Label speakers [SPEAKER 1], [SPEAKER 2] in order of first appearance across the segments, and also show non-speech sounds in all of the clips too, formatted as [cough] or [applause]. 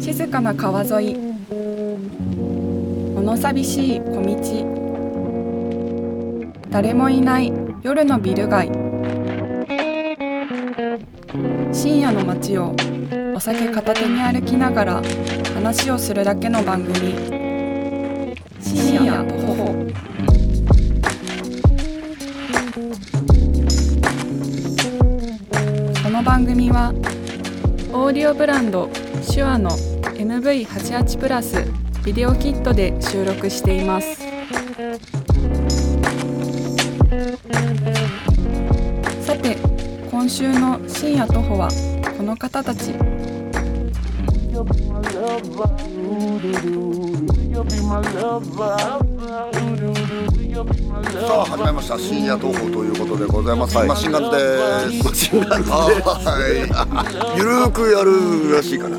[SPEAKER 1] 静かな川沿い物寂しい小道誰もいない夜のビル街深夜の街をお酒片手に歩きながら話をするだけの番組深夜徒歩この番組はオーディオブランド手話の MV88 プラスビデオキットで収録していますさて今週の深夜徒歩はこの方たち
[SPEAKER 2] You'll be my lover. Ooh-doo-doo. You'll be my lover. Ooh-doo-doo. You'll be my
[SPEAKER 3] さ
[SPEAKER 2] lover.
[SPEAKER 3] あ始まりました深夜投稿ということでございます。マシンガンです。マシンガンです。はい。ゆるーくやるらしいから。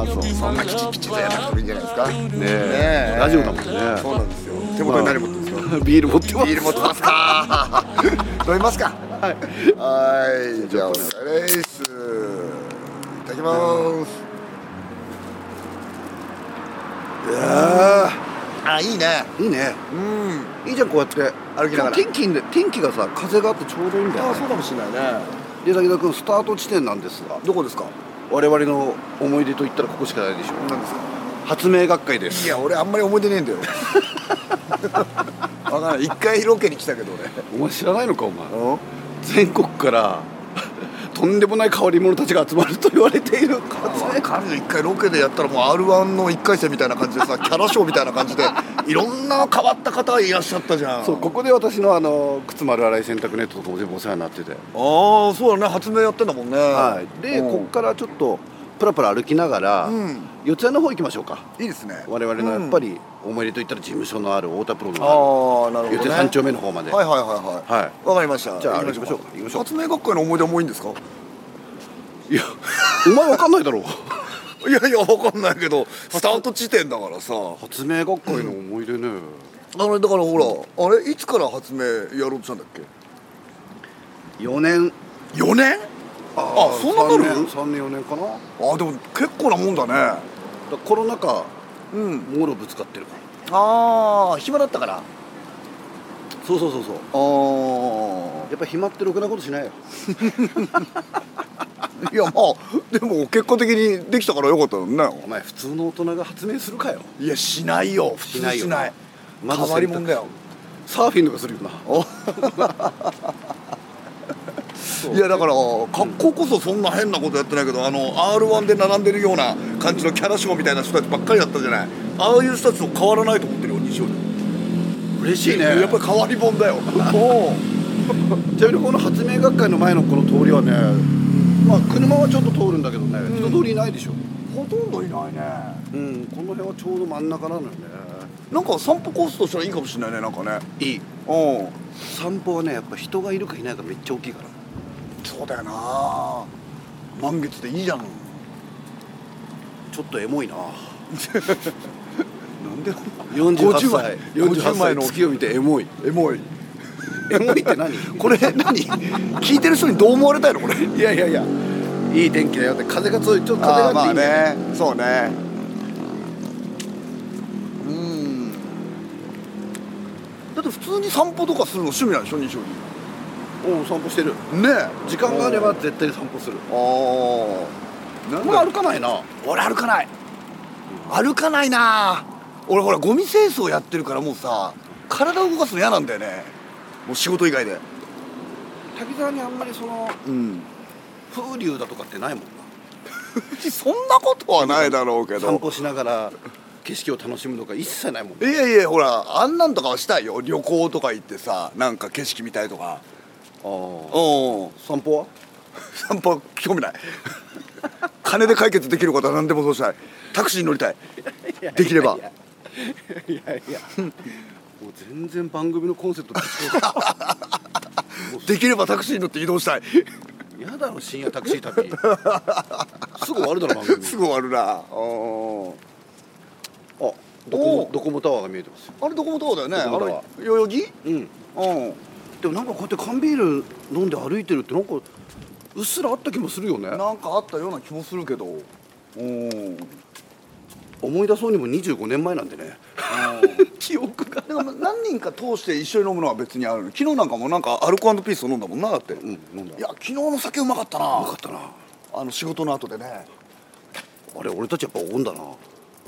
[SPEAKER 4] あそう
[SPEAKER 3] そんなきちきちとやらなくてもいいんじゃないですか。ね
[SPEAKER 4] ねえラジオだもんね
[SPEAKER 3] そうなんですよ。手元に何持ってるんですか。
[SPEAKER 4] [laughs] ビール持ってます
[SPEAKER 3] ビール持ってますか。飲みますか。はい。はい。じゃあお願いします。いただきます。いやーあいいね。
[SPEAKER 4] いいね
[SPEAKER 3] うん。
[SPEAKER 4] いいじゃんこうやって
[SPEAKER 3] 歩きながら
[SPEAKER 4] 天気で天気がさ風があってちょうどいいんだよ、ね、
[SPEAKER 3] かもしれないね。
[SPEAKER 4] で滝沢君スタート地点なんですが
[SPEAKER 3] どこですか。
[SPEAKER 4] 我々の思い出といったらここしかないでしょ
[SPEAKER 3] 何ですか。
[SPEAKER 4] 発明学会です
[SPEAKER 3] いや俺あんまり思い出ねえんだ
[SPEAKER 4] [laughs]
[SPEAKER 3] よわかんない一回ロケに来たけどね
[SPEAKER 4] お前知らないのかお前全国から [laughs] とんでもない変わり者たちが集まると言われている発明
[SPEAKER 3] わかるよ一回ロケでやったらもう r 1の一回戦みたいな感じでさキャラショーみたいな感じでいろんな変わった方がいらっしゃったじゃん
[SPEAKER 4] そうここで私のあの靴丸洗い洗濯ネットとかも全部お世話になってて、
[SPEAKER 3] ああそうだね発明やってんだもんね
[SPEAKER 4] はい、で
[SPEAKER 3] うん
[SPEAKER 4] ここからちょっとプラプラ歩きながら、
[SPEAKER 3] うん
[SPEAKER 4] 四谷の方行きましょうか
[SPEAKER 3] いいですね
[SPEAKER 4] 我々のやっぱり思い出といったら事務所のある太田プロ
[SPEAKER 3] あ
[SPEAKER 4] の
[SPEAKER 3] あーな
[SPEAKER 4] あ
[SPEAKER 3] る
[SPEAKER 4] る
[SPEAKER 3] ほ
[SPEAKER 4] 四
[SPEAKER 3] ど
[SPEAKER 4] 谷
[SPEAKER 3] ね
[SPEAKER 4] 三丁目の方まで、
[SPEAKER 3] はいはいはいはい
[SPEAKER 4] は
[SPEAKER 3] わかりました
[SPEAKER 4] じゃあ
[SPEAKER 3] 行きましょうか
[SPEAKER 4] 行きましょう
[SPEAKER 3] 発明学会の思い出もいいんですか [laughs]
[SPEAKER 4] い、いやお前わかんないだろう
[SPEAKER 3] いやいやわかんないけどスタート地点だからさ
[SPEAKER 4] 発明学会の思い出ね、
[SPEAKER 3] あれだからほらあれいつから発明やろうとしたんだっけ
[SPEAKER 4] 4年
[SPEAKER 3] 4年あそんな
[SPEAKER 4] 3
[SPEAKER 3] な
[SPEAKER 4] 年
[SPEAKER 3] る
[SPEAKER 4] 3年4年かなだか
[SPEAKER 3] あでも結構なもんだね
[SPEAKER 4] らコロナ禍
[SPEAKER 3] うん
[SPEAKER 4] もろぶつかってるから
[SPEAKER 3] ああ暇だったからあ
[SPEAKER 4] そうそうそうそう
[SPEAKER 3] あ
[SPEAKER 4] やっぱ暇ってろくなことしないよ
[SPEAKER 3] いやまあでも結果的にできたからよかったよね
[SPEAKER 4] お前普通の大人が発明するかよ
[SPEAKER 3] いやしないよ普通しない
[SPEAKER 4] しないよまず
[SPEAKER 3] 変わりもんだよ
[SPEAKER 4] サーフィンとかするよな
[SPEAKER 3] いやだから格好こそそんな変なことやってないけどあの r 1で並んでるような感じのキャラショーみたいな人たちばっかりだったじゃないああいう人たちと変わらないと思ってるよ西尾
[SPEAKER 4] 嬉しいね
[SPEAKER 3] やっぱり変わりもんだよ
[SPEAKER 4] もうちなみにこの発明学会の前のこの通りはねまあ車はちょっと通るんだけどね、
[SPEAKER 3] うん
[SPEAKER 4] 人通りいないでしょ
[SPEAKER 3] ほとんどいないね
[SPEAKER 4] うんこの辺はちょうど真ん中なのよね
[SPEAKER 3] なんか散歩コースとしてはいいかもしれないねなんかね
[SPEAKER 4] いい
[SPEAKER 3] うん
[SPEAKER 4] 散歩はねやっぱ人がいるかいないかめっちゃ大きいから
[SPEAKER 3] そうだよな満月でいいじゃん
[SPEAKER 4] ちょっとエモいな
[SPEAKER 3] なんで
[SPEAKER 4] 48歳48
[SPEAKER 3] 50枚の
[SPEAKER 4] 歳の月を見てエモい
[SPEAKER 3] エモい
[SPEAKER 4] エモいって何
[SPEAKER 3] こ [laughs] れ何聞いてる人にどう思われたいのこれ
[SPEAKER 4] いやいやいやいい天気だよって風が強いちょっと
[SPEAKER 3] あ
[SPEAKER 4] 風
[SPEAKER 3] ー
[SPEAKER 4] が
[SPEAKER 3] ま
[SPEAKER 4] あ
[SPEAKER 3] あ
[SPEAKER 4] っていいんだよ
[SPEAKER 3] ねそうねうんだって普通に散歩とかするの趣味なんでしょ西尾
[SPEAKER 4] うん散歩してる
[SPEAKER 3] にねえ
[SPEAKER 4] 時間があれば絶対散歩する
[SPEAKER 3] あーなん
[SPEAKER 4] これ
[SPEAKER 3] だ
[SPEAKER 4] 歩かないな
[SPEAKER 3] 俺歩かない歩かないな俺ほらゴミ清掃やってるからもうさ体を動かすの嫌なんだよねもう仕事以外で
[SPEAKER 4] 滝沢にあんまりその
[SPEAKER 3] うん
[SPEAKER 4] 風流だとかってないもんな
[SPEAKER 3] [laughs] そんなことはないだろうけ
[SPEAKER 4] 散
[SPEAKER 3] ど
[SPEAKER 4] 歩しながら景色を楽しむとか一切ないもん
[SPEAKER 3] いやいやほらあんなんとかはしたいよ旅行とか行ってさなんか景色見たいとか
[SPEAKER 4] あ
[SPEAKER 3] うん
[SPEAKER 4] 散歩は
[SPEAKER 3] 散歩は興味ない [laughs] 金で解決できることは何でもそうしたいタクシーに乗りたいできれば
[SPEAKER 4] いやいやもう全然番組のコンセプトと違
[SPEAKER 3] できればタクシーに乗って移動したい
[SPEAKER 4] うやだろ深夜タクシー [laughs] 旅すぐ終わるだろ番
[SPEAKER 3] [laughs]
[SPEAKER 4] 組
[SPEAKER 3] すぐ終わるなうん
[SPEAKER 4] あドコ
[SPEAKER 3] お
[SPEAKER 4] モ
[SPEAKER 3] う
[SPEAKER 4] ドコモタワーが見えてますよ
[SPEAKER 3] あれどこもどうだよね
[SPEAKER 4] どこもタワー
[SPEAKER 3] あれ代々木
[SPEAKER 4] うん
[SPEAKER 3] うん
[SPEAKER 4] でもなんかこうやって缶ビール飲んで歩いてるってなんかうっすらあった気もするよね
[SPEAKER 3] なんかあったような気もするけどうん
[SPEAKER 4] 思い出そうにも25年前なんでね [laughs] 記憶が、
[SPEAKER 3] なんか何人か通して一緒に飲むのは別にある昨日なんかもなんかアルコピース飲んだもんなだって、
[SPEAKER 4] うん、
[SPEAKER 3] い
[SPEAKER 4] 飲んだ
[SPEAKER 3] や昨日の酒うまかったな
[SPEAKER 4] うまかったな
[SPEAKER 3] あの仕事の後でね
[SPEAKER 4] あれ俺たちやっぱおごんだな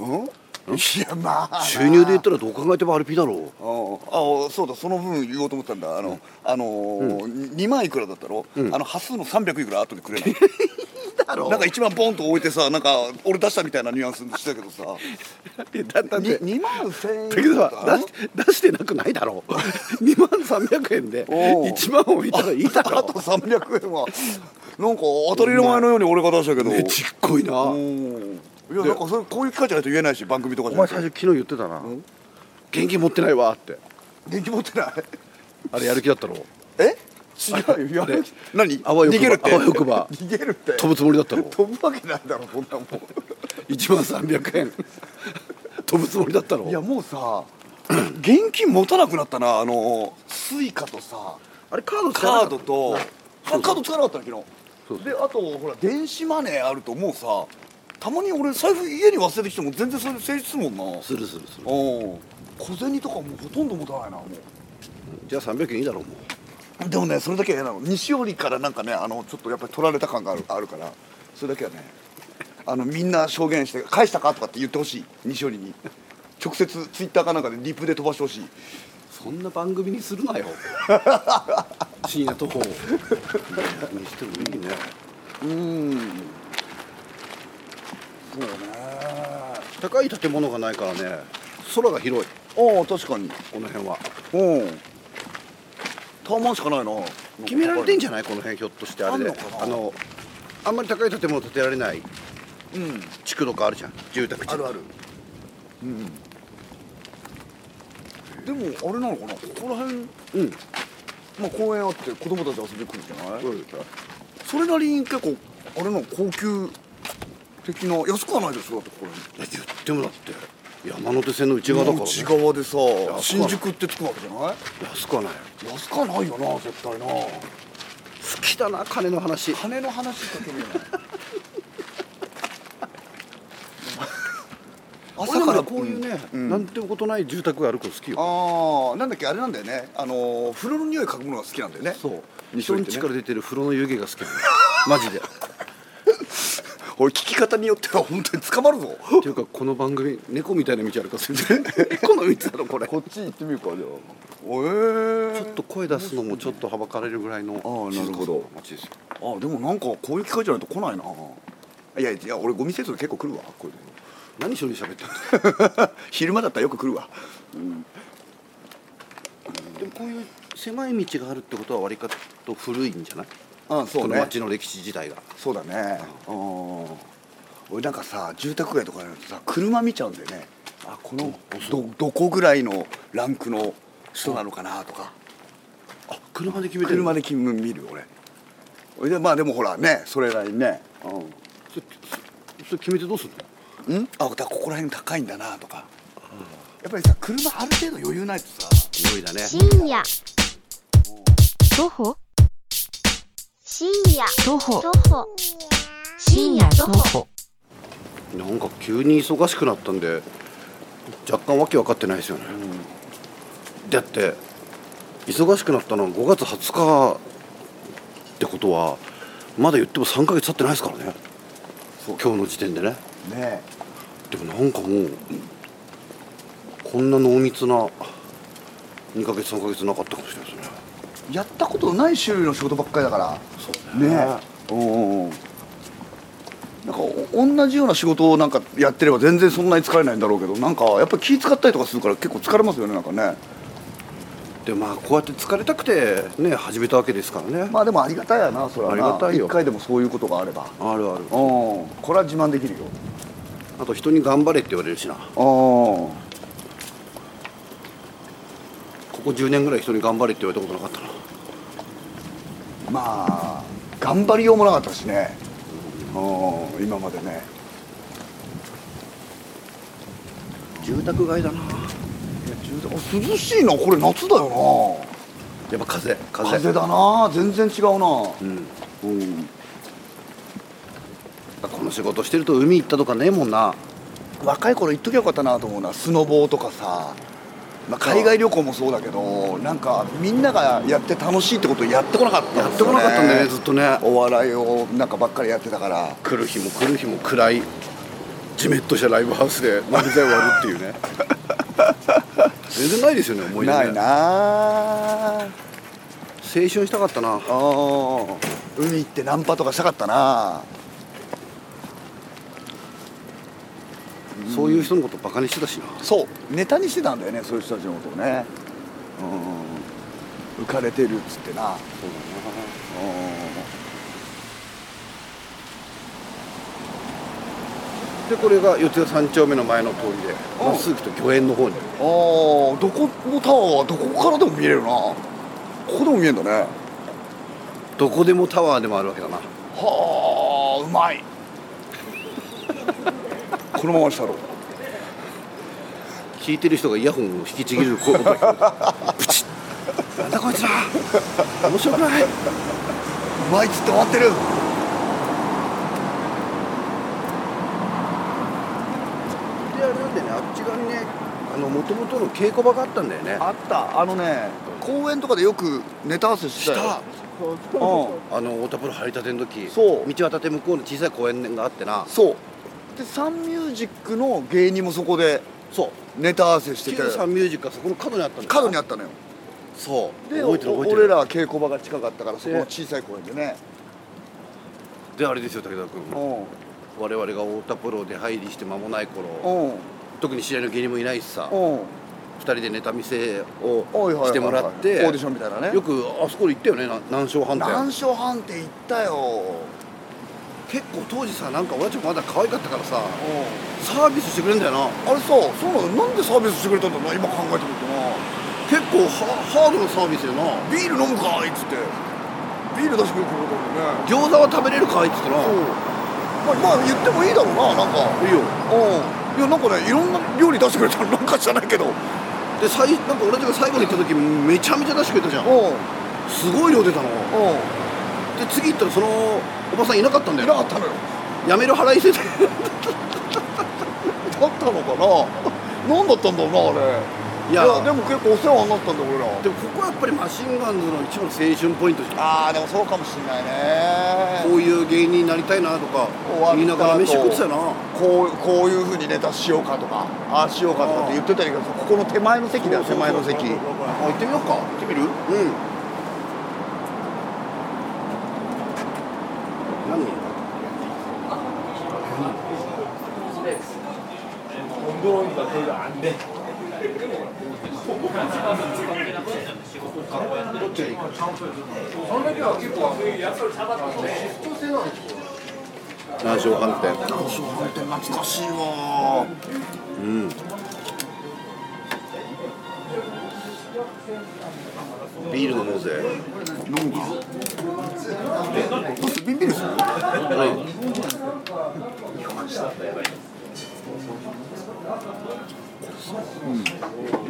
[SPEAKER 3] うんいやまあ
[SPEAKER 4] 収入で言ったらどう考えてもアルピーだろ
[SPEAKER 3] ああそうだその分言おうと思ったんだあの、あのー2万いくらだったろ、あの端数の300いくら後でくれ
[SPEAKER 4] [laughs]
[SPEAKER 3] ない
[SPEAKER 4] だろ
[SPEAKER 3] なんか一番ボンと置いてさなんか俺出したみたいなニュアンスしてたけどさ
[SPEAKER 4] だだって
[SPEAKER 3] 2万1000円
[SPEAKER 4] だけど
[SPEAKER 3] だっ
[SPEAKER 4] さ
[SPEAKER 3] た
[SPEAKER 4] 出して出してなくないだ
[SPEAKER 3] [laughs]
[SPEAKER 4] ろう2万300円で
[SPEAKER 3] おう
[SPEAKER 4] 1万置いたらいいだ
[SPEAKER 3] あ
[SPEAKER 4] ろ
[SPEAKER 3] と300円は [laughs] なんか当たり前のように俺が出したけど、
[SPEAKER 4] ねちっこいな
[SPEAKER 3] う
[SPEAKER 4] お
[SPEAKER 3] んいやなんかそれこういう機会じゃないと言えないし番組とかじゃな
[SPEAKER 4] 前
[SPEAKER 3] い
[SPEAKER 4] 最
[SPEAKER 3] と
[SPEAKER 4] 初昨日言ってたな現金持ってないわって
[SPEAKER 3] 電気持ってない
[SPEAKER 4] あれやる気だったろ
[SPEAKER 3] え違うよや
[SPEAKER 4] あれ
[SPEAKER 3] る何
[SPEAKER 4] あわよく
[SPEAKER 3] 逃げ
[SPEAKER 4] ば
[SPEAKER 3] るって
[SPEAKER 4] あわよくば
[SPEAKER 3] [laughs] 逃げるって
[SPEAKER 4] 飛ぶつもりだっ
[SPEAKER 3] [laughs]
[SPEAKER 4] たろ
[SPEAKER 3] 飛ぶわけないだろそんなもん
[SPEAKER 4] 1万300円
[SPEAKER 3] [laughs]
[SPEAKER 4] 飛ぶつもりだった
[SPEAKER 3] いや
[SPEAKER 4] ろ
[SPEAKER 3] もうさ現金持たなくなったなあのスイカとさ
[SPEAKER 4] あれカード使わ
[SPEAKER 3] カ
[SPEAKER 4] な
[SPEAKER 3] ード
[SPEAKER 4] かった
[SPEAKER 3] とあカード使わなかったの
[SPEAKER 4] そ
[SPEAKER 3] 昨
[SPEAKER 4] う
[SPEAKER 3] 日であとほら電子マネーあるともうさたまに俺財布家に忘れてきても全然それ成立するもんな
[SPEAKER 4] するするする
[SPEAKER 3] うん小銭とかもうほとんど持たないなも
[SPEAKER 4] じゃあ300円いいだろうも
[SPEAKER 3] うでもねそれだけは嫌なの西寄りからなんかねあのちょっとやっぱり取られた感があるあるからそれだけはねあのみんな証言して「返したか?」とかって言ってほしい西寄りに直接ツイッターかなんかでリプで飛ばしてほしいう
[SPEAKER 4] そんな番組にす
[SPEAKER 3] [laughs]
[SPEAKER 4] るなよ深夜徒歩にしてもいいね
[SPEAKER 3] うーんそうね
[SPEAKER 4] 高い建物がないからね空が広い
[SPEAKER 3] ああ確かに
[SPEAKER 4] この辺は
[SPEAKER 3] うんタワマンしかないな
[SPEAKER 4] 決められてんじ
[SPEAKER 3] ゃ
[SPEAKER 4] ゃないこの辺ひょっとしてあれ
[SPEAKER 3] あ
[SPEAKER 4] で
[SPEAKER 3] んのかな
[SPEAKER 4] あのあんまり高い建物建てられない
[SPEAKER 3] んうん
[SPEAKER 4] 地区とかあるじゃん住宅地
[SPEAKER 3] あるあるうんでもあれなのかなここら辺、
[SPEAKER 4] うん
[SPEAKER 3] まあ、公園あって子供たち遊びに来るじゃない、
[SPEAKER 4] うん
[SPEAKER 3] それなりに結構あれなの高級的な安くはないですよだってこれ
[SPEAKER 4] 言ってもだって山手線の内側だから、ね、
[SPEAKER 3] 内側でさ
[SPEAKER 4] ない
[SPEAKER 3] 新宿ってつくわけじゃない
[SPEAKER 4] 安くはない
[SPEAKER 3] 安くはないよな絶対な
[SPEAKER 4] 好きだな金の話
[SPEAKER 3] 金の話しか興味ない
[SPEAKER 4] [laughs] 俺だからこういうね、
[SPEAKER 3] うん
[SPEAKER 4] なんてことない住宅がある子好きよ
[SPEAKER 3] ああなんだっけあれなんだよねあのー風呂の匂い嗅ぐものが好きなんだよね
[SPEAKER 4] そう
[SPEAKER 3] 西
[SPEAKER 4] 人
[SPEAKER 3] 堀
[SPEAKER 4] ん
[SPEAKER 3] って
[SPEAKER 4] 家
[SPEAKER 3] ね
[SPEAKER 4] から出てる風呂の湯気が好きなの [laughs] マジでっ
[SPEAKER 3] 俺聞き方によっては本当に捕まるぞ [laughs]
[SPEAKER 4] ていうかこの番組猫みたいな道あるかすぎて猫の道だろこれち
[SPEAKER 3] こっち行ってみるかじゃあええ
[SPEAKER 4] ょっと声出すのもちょっとはばかられるぐらいの
[SPEAKER 3] ーなるほど
[SPEAKER 4] 静かな街ですよ
[SPEAKER 3] あでもなんかこういう機会じゃないと来ないないやいや俺ゴミ清掃で結構来るわこういうの
[SPEAKER 4] 何しろに喋ってんの
[SPEAKER 3] [laughs] 昼間だったらよく来るわ
[SPEAKER 4] でもこういう狭い道があるってことはわりかと古いんじゃない
[SPEAKER 3] あそ
[SPEAKER 4] この街の歴史自体が
[SPEAKER 3] そうだねうん俺なんかさ住宅街とかになるとさ車見ちゃうんだよねあこのどどこぐらいのランクの人なのかなとか
[SPEAKER 4] あ車で決めてる
[SPEAKER 3] 車で気分見る俺俺でまあでもほらねそれなりにねう
[SPEAKER 4] それそれ決めてどうするの
[SPEAKER 3] ん、ん、あだからここら辺高いんだなとか、やっぱりさ車ある程度余裕ないとさ
[SPEAKER 4] 匂いだね
[SPEAKER 5] 深夜徒歩深夜
[SPEAKER 6] 徒歩
[SPEAKER 5] 徒歩
[SPEAKER 6] 深夜徒歩
[SPEAKER 4] なんか急に忙しくなったんで若干わけ分かってないですよね、だって忙しくなったのは5月20日ってことはまだ言っても3ヶ月経ってないですからね
[SPEAKER 3] そう
[SPEAKER 4] 今日の時点でね
[SPEAKER 3] ね
[SPEAKER 4] でもなんかもうこんな濃密な2ヶ月3ヶ月なかったかもしれないですね
[SPEAKER 3] やったことない種類の仕事ばっかりだから
[SPEAKER 4] そう
[SPEAKER 3] ねうんうんうんなんかお同じような仕事をなんかやってれば全然そんなに疲れないんだろうけどなんかやっぱり気使ったりとかするから結構疲れますよねなんかね
[SPEAKER 4] でまあこうやって疲れたくてね始めたわけですからね、
[SPEAKER 3] まあでもありがたいやなそれはな
[SPEAKER 4] ありがたいよ
[SPEAKER 3] 一回でもそういうことがあればうん
[SPEAKER 4] あるある
[SPEAKER 3] これは自慢できるよ
[SPEAKER 4] あと人に頑張れって言われるしな
[SPEAKER 3] あ
[SPEAKER 4] ここ10年ぐらい人に頑張れって言われたことなかったな
[SPEAKER 3] あまあ頑張りようもなかったしねうん今までね
[SPEAKER 4] 住宅街だな
[SPEAKER 3] あ涼しいなこれ夏だよ
[SPEAKER 4] やっぱ風
[SPEAKER 3] な
[SPEAKER 4] 風
[SPEAKER 3] 風だな全然違うな
[SPEAKER 4] うん
[SPEAKER 3] うん
[SPEAKER 4] この仕事してると海行ったとかねえもんな
[SPEAKER 3] 若い頃行っときゃよかったなと思うのはスノボーとかさ、まあ、海外旅行もそうだけどなんかみんながやって楽しいってことをやってこなかったんですよ、
[SPEAKER 4] やってこなかったんだよねずっとね
[SPEAKER 3] お笑いをなんかばっかりやってたから
[SPEAKER 4] 来る日も来る日も暗いジメッとしたライブハウスで漫才をやるってい
[SPEAKER 3] [laughs]
[SPEAKER 4] うね全然ないですよね思い出ね
[SPEAKER 3] ないなあ
[SPEAKER 4] 青春したかったな
[SPEAKER 3] あー海行ってナンパとかしたかったな
[SPEAKER 4] そういう人のことバカにしてたしな
[SPEAKER 3] そうネタにしてたんだよねそういう人たちのことをねうん浮かれてるっつってなそうだな
[SPEAKER 4] でこれが四谷三丁目の前の通りで
[SPEAKER 3] うん
[SPEAKER 4] まっすぐ行くと御苑の方に
[SPEAKER 3] あーどこのタワーはどこからでも見れるなここでも見えるんだね
[SPEAKER 4] どこでもタワーでもあるわけだな
[SPEAKER 3] はあう [laughs] まいこのまましたろ
[SPEAKER 4] 聞いてる人がイヤホンを引きちぎる声が聞こえてプチッなんだこいつら面白くないう
[SPEAKER 3] まいっつって終わってる
[SPEAKER 4] であれなんだよねあっち側にねあの元々の稽古場があったんだよね
[SPEAKER 3] あったあのね公園とかでよくネタ合わせしてたよしたうん
[SPEAKER 4] あの太田プロ張り立ての時
[SPEAKER 3] そう
[SPEAKER 4] 道渡って向こうの小さい公園があってな
[SPEAKER 3] そうでサンミュージックの芸人もそこで
[SPEAKER 4] そう
[SPEAKER 3] ネタ合わせしてて
[SPEAKER 4] 旧サンミュージックはそこの角にあったんだよ
[SPEAKER 3] 角にあったのよ
[SPEAKER 4] そう
[SPEAKER 3] で
[SPEAKER 4] 覚えてる
[SPEAKER 3] お
[SPEAKER 4] 覚えてる
[SPEAKER 3] 俺らは稽古場が近かったからそこの
[SPEAKER 4] で
[SPEAKER 3] 小さい公園でね
[SPEAKER 4] であれですよ武田君
[SPEAKER 3] う
[SPEAKER 4] 我々が太田プロで入りして間もない頃
[SPEAKER 3] んうん
[SPEAKER 4] 特に知り合いの芸人もいないしさ
[SPEAKER 3] うん
[SPEAKER 4] 二人でネタ見せを
[SPEAKER 3] おいはいはいはい
[SPEAKER 4] してもらって
[SPEAKER 3] オーディションみたいなね
[SPEAKER 4] よくあそこで行ったよねな南昌飯
[SPEAKER 3] 南
[SPEAKER 4] 店
[SPEAKER 3] 昌飯店行ったよ
[SPEAKER 4] 結構当時さなんか俺たちもまだ可愛かったからさサービスしてくれんだよな
[SPEAKER 3] あれさそうなのなんでサービスしてくれたんだろうな今考えてみるとな
[SPEAKER 4] 結構ハハードなサービスよな
[SPEAKER 3] ビール飲むかいっつってビール出してくれてることだもんね
[SPEAKER 4] 餃子は食べれるかいっつってな
[SPEAKER 3] そうまあまあ言ってもいいだろうななんか
[SPEAKER 4] いいよ
[SPEAKER 3] うんいやなんかねいろんな料理出してくれたのなんか知らないけどうん
[SPEAKER 4] で最なんか俺たちが最後に行った時めちゃめちゃ出してくれたじゃんすごい量出たので
[SPEAKER 3] う
[SPEAKER 4] 次行ったらそのおばさんいなかったんだ
[SPEAKER 3] んい
[SPEAKER 4] よ
[SPEAKER 3] なかったのよ
[SPEAKER 4] やめる払いせて
[SPEAKER 3] だったのかな [laughs] 何だったんだろうなあれ
[SPEAKER 4] い
[SPEAKER 3] い
[SPEAKER 4] や
[SPEAKER 3] やでも結構お世話になったんだ俺ら
[SPEAKER 4] [laughs] でもここはやっぱりマシンガンズの一番の青春ポイントじゃん
[SPEAKER 3] ああでもそうかもしんないね
[SPEAKER 4] こういう芸人になりたいなとか
[SPEAKER 3] 終わった後
[SPEAKER 4] 言いながら飯食ってたよな
[SPEAKER 3] こうこういうふうにネタしようかとかああしようかとかって言ってたけどここの手前の席だよ手前の席
[SPEAKER 4] あ行ってみようか行ってみるうん何南昌飯店
[SPEAKER 3] 懐かしいわ
[SPEAKER 4] ビール飲もうぜ
[SPEAKER 3] 飲むかビンビールする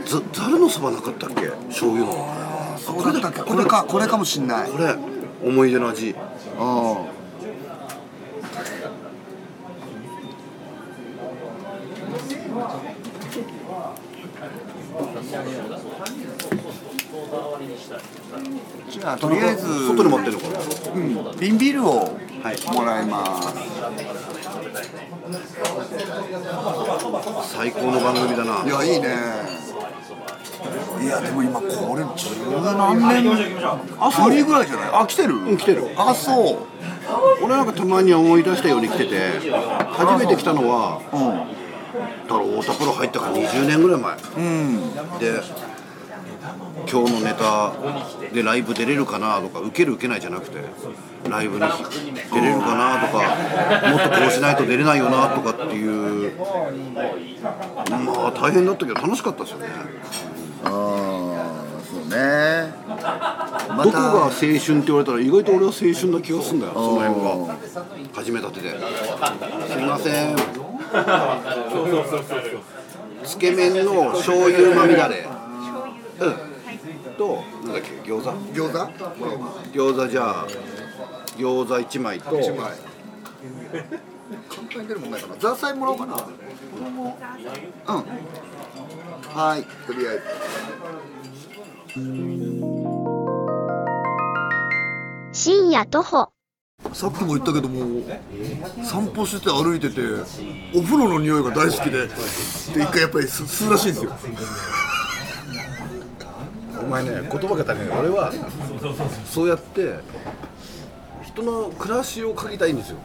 [SPEAKER 4] ざざるのそばなかったっけ醤油のあこれだっけ
[SPEAKER 3] これかこれかもしんない
[SPEAKER 4] これ思い出の味
[SPEAKER 3] あじゃあとりあえず
[SPEAKER 4] 外で待ってるのかな
[SPEAKER 3] うん瓶ビールを
[SPEAKER 4] はい
[SPEAKER 3] もらいます、、
[SPEAKER 4] 最高の番組だない
[SPEAKER 3] やいいねいやでも今これ十何年あそうりぐらいじゃないあ来てるうん
[SPEAKER 4] 来てる
[SPEAKER 3] あそう
[SPEAKER 4] 俺なんかたまに思い出したように来てて初めて来たのはだから太田プロ入ったから20年ぐらい前
[SPEAKER 3] うん
[SPEAKER 4] で今日のネタでライブ出れるかなとか受ける受けないじゃなくてライブに出れるかなとかもっとこうしないと出れないよなとかっていうまあ大変だったけど楽しかったですよね
[SPEAKER 3] ああそうねま
[SPEAKER 4] どこが青春って言われたら意外と俺は青春な気がするんだよその辺が始めたてで「すいません」つけ麺の醤油まみだれうんとなんだっけ餃子
[SPEAKER 3] 餃子
[SPEAKER 4] 餃子じゃあ餃子1枚と
[SPEAKER 3] 簡単に出る問題かなザーサイもらおうかなこれもうんはいとりあえず
[SPEAKER 5] 深夜徒歩
[SPEAKER 3] さっきも言ったけども散歩してて歩いててお風呂の匂いが大好きでで一回やっぱり吸吸うらしいんですよ
[SPEAKER 4] お前ね言葉が足りない俺はそうやって人の暮らしを嗅ぎたいんですよ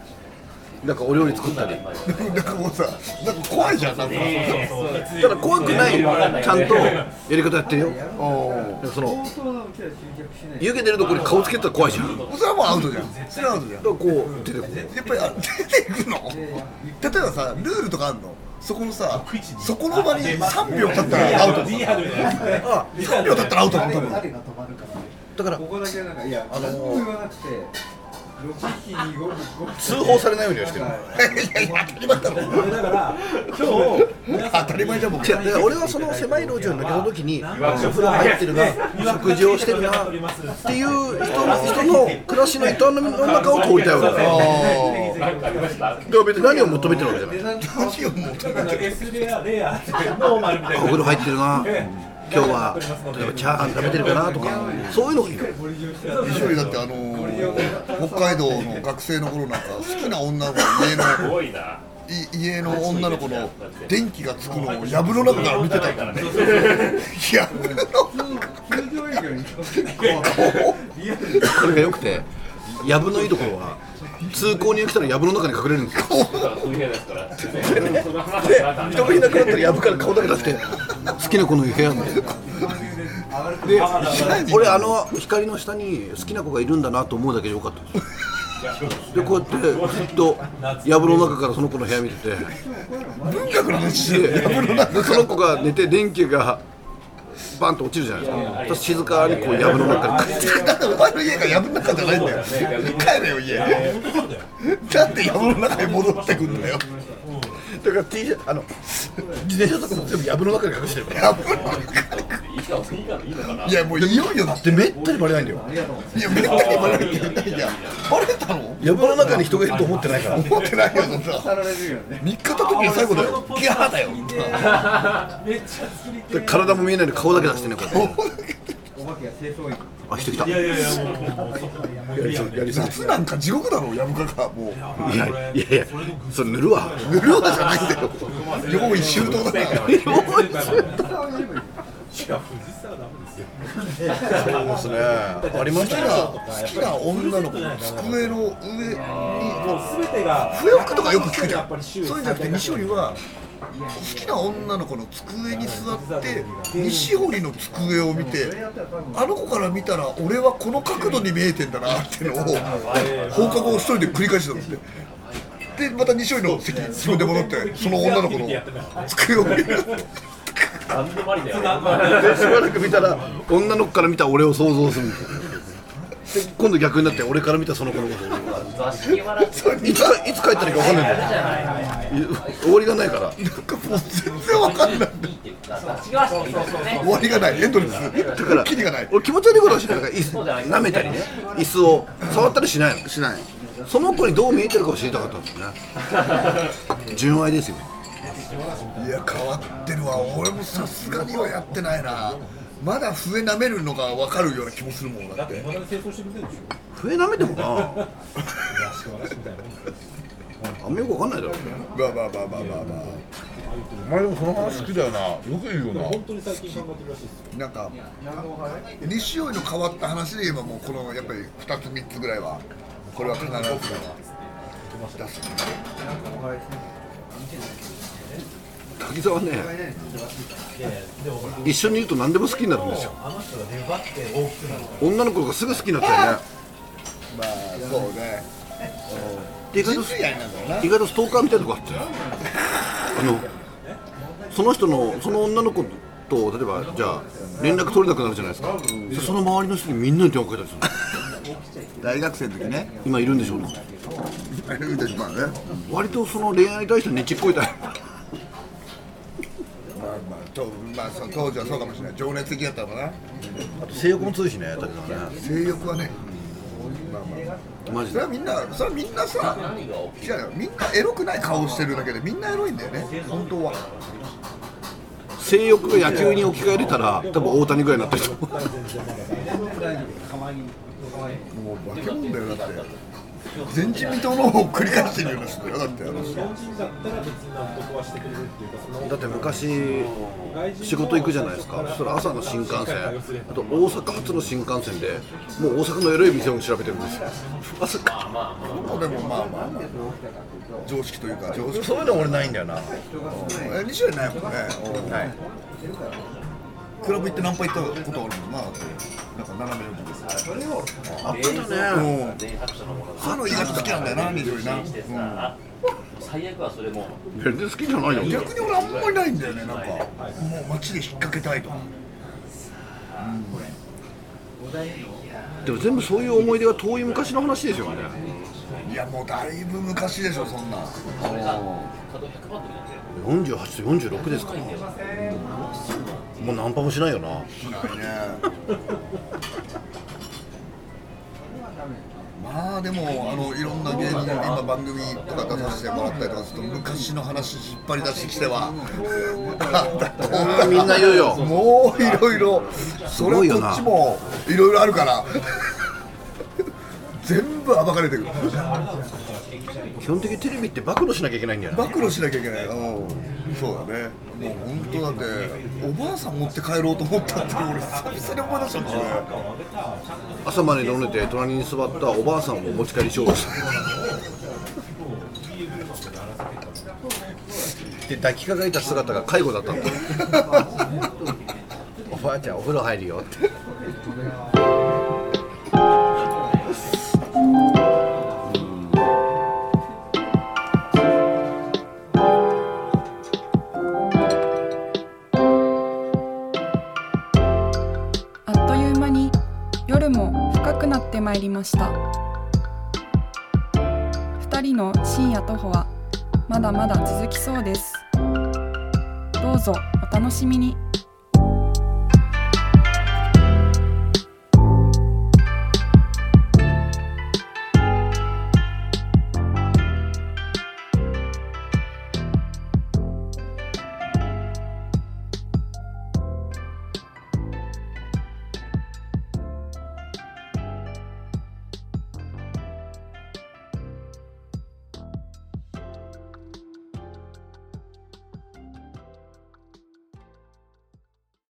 [SPEAKER 4] なんかお料理作ったり
[SPEAKER 3] なんかもうさなんか怖いじゃんなんか
[SPEAKER 4] ただ怖くないちゃんとやり方やってるよなんかその湯気出るところに顔つけてたら怖いじゃんだか
[SPEAKER 3] それはもうアウトじゃんそれはアウトじゃん
[SPEAKER 4] らこう出てこう
[SPEAKER 3] やっぱりあ出ていくの例えばさルールとかあるのそこのさそこの場に3秒経ったらアウトあ3秒経ったらアウトなの多分
[SPEAKER 4] だから
[SPEAKER 7] ここだけなんかいや、あの言わなくて、6匹に5匹。
[SPEAKER 4] 通報されないようにはしてる
[SPEAKER 7] だから、今日、
[SPEAKER 3] 当たり前じゃん僕
[SPEAKER 4] 違うだから俺はその狭い路地を抜けた時にお風呂入ってるな食事をしてるなっていう人の人の暮らしの営みの中を通りたいわけだよだから別に何を求めてるわけじゃない
[SPEAKER 3] 何をもうとにかく
[SPEAKER 7] S レア、レア、ノーマルみたい
[SPEAKER 4] お風呂入ってるな今日は例えばチャーハン食べてるかなとかそういうのがいいから
[SPEAKER 3] 一人だってあのー北海道の学生の頃なんか好きな女の子の家のい家の女の子の電気がつくのを藪の中から見てたからね藪の
[SPEAKER 7] 球場以外に。
[SPEAKER 4] これが良くて藪のいいところは通行人が来たら藪の中に隠れるんですよで人がいなくなったら藪から顔だけ出して好きな子の部屋みたいなで俺あの光の下に好きな子がいるんだなと思うだけでよかったですでこうやってずっと藪の中からその子の部屋見てて
[SPEAKER 3] 文学の話してる藪の中
[SPEAKER 4] でその子が寝て電気がバンと落ちるじゃないですかそしたら静かにこう藪の中に帰って
[SPEAKER 3] だってお前の家が藪の中じゃないんだよ帰れよ家
[SPEAKER 4] [laughs]
[SPEAKER 3] なんで藪の中に戻ってくんだよ
[SPEAKER 4] だから T シャツあの自転車とかも全部藪の中に隠してるから
[SPEAKER 3] 藪の中にいやもういよいよだって
[SPEAKER 4] でめったにバレないんだよ
[SPEAKER 3] いやめったにバレるってないじゃんバレたの
[SPEAKER 4] 藪の中に人がいると思ってないから
[SPEAKER 3] 思ってないよそんな三日た時が最後だよギャーだよ
[SPEAKER 4] で体も見えないで顔だけ出してねこうやってあ人来たやりそうやりそう
[SPEAKER 3] 夏なんか地獄だろやぶかがもう
[SPEAKER 4] いやいやいやそれ塗るわ
[SPEAKER 3] 無料だじゃないんだよ用意周到だな
[SPEAKER 4] そうですねありましたよ
[SPEAKER 3] 好きな女の子の机の上に
[SPEAKER 7] が、
[SPEAKER 3] 不服とかよく聞くじゃんそういうんじゃなくて西堀は好きな女の子の机に座って西堀の机を見てあの子から見たら俺はこの角度に見えてんだなっていうのを放課後一人で繰り返してたんですねでまた西堀の席自分で戻ってその女の子の机を見る
[SPEAKER 4] でしばらく見たら女の子から見た俺を想像するんですよで今度逆になって俺から見たその子のことをいついつ帰ったらいいか分かんないんだよい終わりがないから
[SPEAKER 3] なんかもう全然わかんない終わりがないエンドレス
[SPEAKER 4] だから
[SPEAKER 3] キリがない
[SPEAKER 4] 俺気持ち悪いことはしないだから椅子舐めたりね椅子を触ったりしないのしないその子にどう見えてるかを知りたかったんですよね純愛ですよ
[SPEAKER 3] いや変わってるわ俺もさすがにはやってないなまだ笛舐めるのがわかるような気もするもんだって
[SPEAKER 4] 笛舐めてもなあんまよく分かんないだろ
[SPEAKER 3] まあまあまあまあまあまあ
[SPEAKER 8] お前でもその話好きだよなよく言うよな
[SPEAKER 3] なんか西尾の変わった話で言えばもうこのやっぱり2つ3つぐらいはこれは必ずだわ出す
[SPEAKER 4] 滝沢ね一緒にいると何でも好きになるんですよ女の子がすぐ好きになったよね
[SPEAKER 3] まあそうね
[SPEAKER 4] で意外と
[SPEAKER 3] 実愛なんだろうな
[SPEAKER 4] 意外とストーカーみたいなとこあってあのその人のその女の子と例えばじゃあ連絡取れなくなるじゃないですかでその周りの人にみんなに手をかけたりするの
[SPEAKER 3] 大学生の時ね
[SPEAKER 4] 今いるんでしょうな
[SPEAKER 3] あれ見てしまうね
[SPEAKER 4] 割とその恋愛に対してねちっこいタイ
[SPEAKER 3] まあまあ当,、まあ、そう当時はそうかもしれない情熱的だったのかな
[SPEAKER 4] プ性欲も強いしね滝沢ね
[SPEAKER 3] 性欲はねまあまあ
[SPEAKER 4] マジ
[SPEAKER 3] それ
[SPEAKER 4] で
[SPEAKER 3] はみんなそれはみんなさ違うよみんなエロくない顔してるだけでみんなエロいんだよね本当は
[SPEAKER 4] 性欲が野球に置き換えれたら多分大谷ぐらいになってると思う
[SPEAKER 3] もう化け物だよだって前人未到の方を繰り返してるような人だよだってあの人
[SPEAKER 4] [laughs] だって昔仕事行くじゃないですかそしたら朝の新幹線あと大阪発の新幹線でもう大阪のエロい店を調べてるんですよ朝か
[SPEAKER 3] もうでもまあまあまあ常識というか常識
[SPEAKER 8] そういうの俺ないんだよな
[SPEAKER 3] え西谷ないもんねはいクラブ行ってナンパ行ったことあるもんななんか斜めのです
[SPEAKER 4] あったね
[SPEAKER 3] うん歯の意外と好きなんだよな西谷な、うん
[SPEAKER 4] 全然好きじゃないよ
[SPEAKER 3] 逆に俺あんまりないんだよねなんかもう街で引っ掛けたいとか
[SPEAKER 4] でも全部そういう思い出が遠い昔の話ですよね
[SPEAKER 3] いやもうだいぶ昔でしょそんな
[SPEAKER 4] 48と46ですかもうナンパもしないよな
[SPEAKER 3] しないねまあでもあのいろんな芸人が今番組とか出させてもらったりとかすると昔の話引っ張り出してきてはあ
[SPEAKER 4] みんな言うよ
[SPEAKER 3] もういろいろそ
[SPEAKER 4] ごい
[SPEAKER 3] れは
[SPEAKER 4] よ
[SPEAKER 3] こ
[SPEAKER 4] な
[SPEAKER 3] っちもいろいろあるから全部暴かれてくる
[SPEAKER 4] 基本的にテレビって暴露しなきゃいけないんだよな
[SPEAKER 3] 暴露しなきゃいけないうんそうだねもう本当だっておばあさん持って帰ろうと思ったって俺久々に思い出したんだよね
[SPEAKER 4] 朝まで飲んでて隣に座ったおばあさんをお持ち帰りしようとするで抱きかかえた姿が介護だったんだおばあちゃんお風呂入るよって
[SPEAKER 1] あっという間に夜も深くなってまいりました2人の深夜徒歩はまだまだ続きそうですどうぞお楽しみに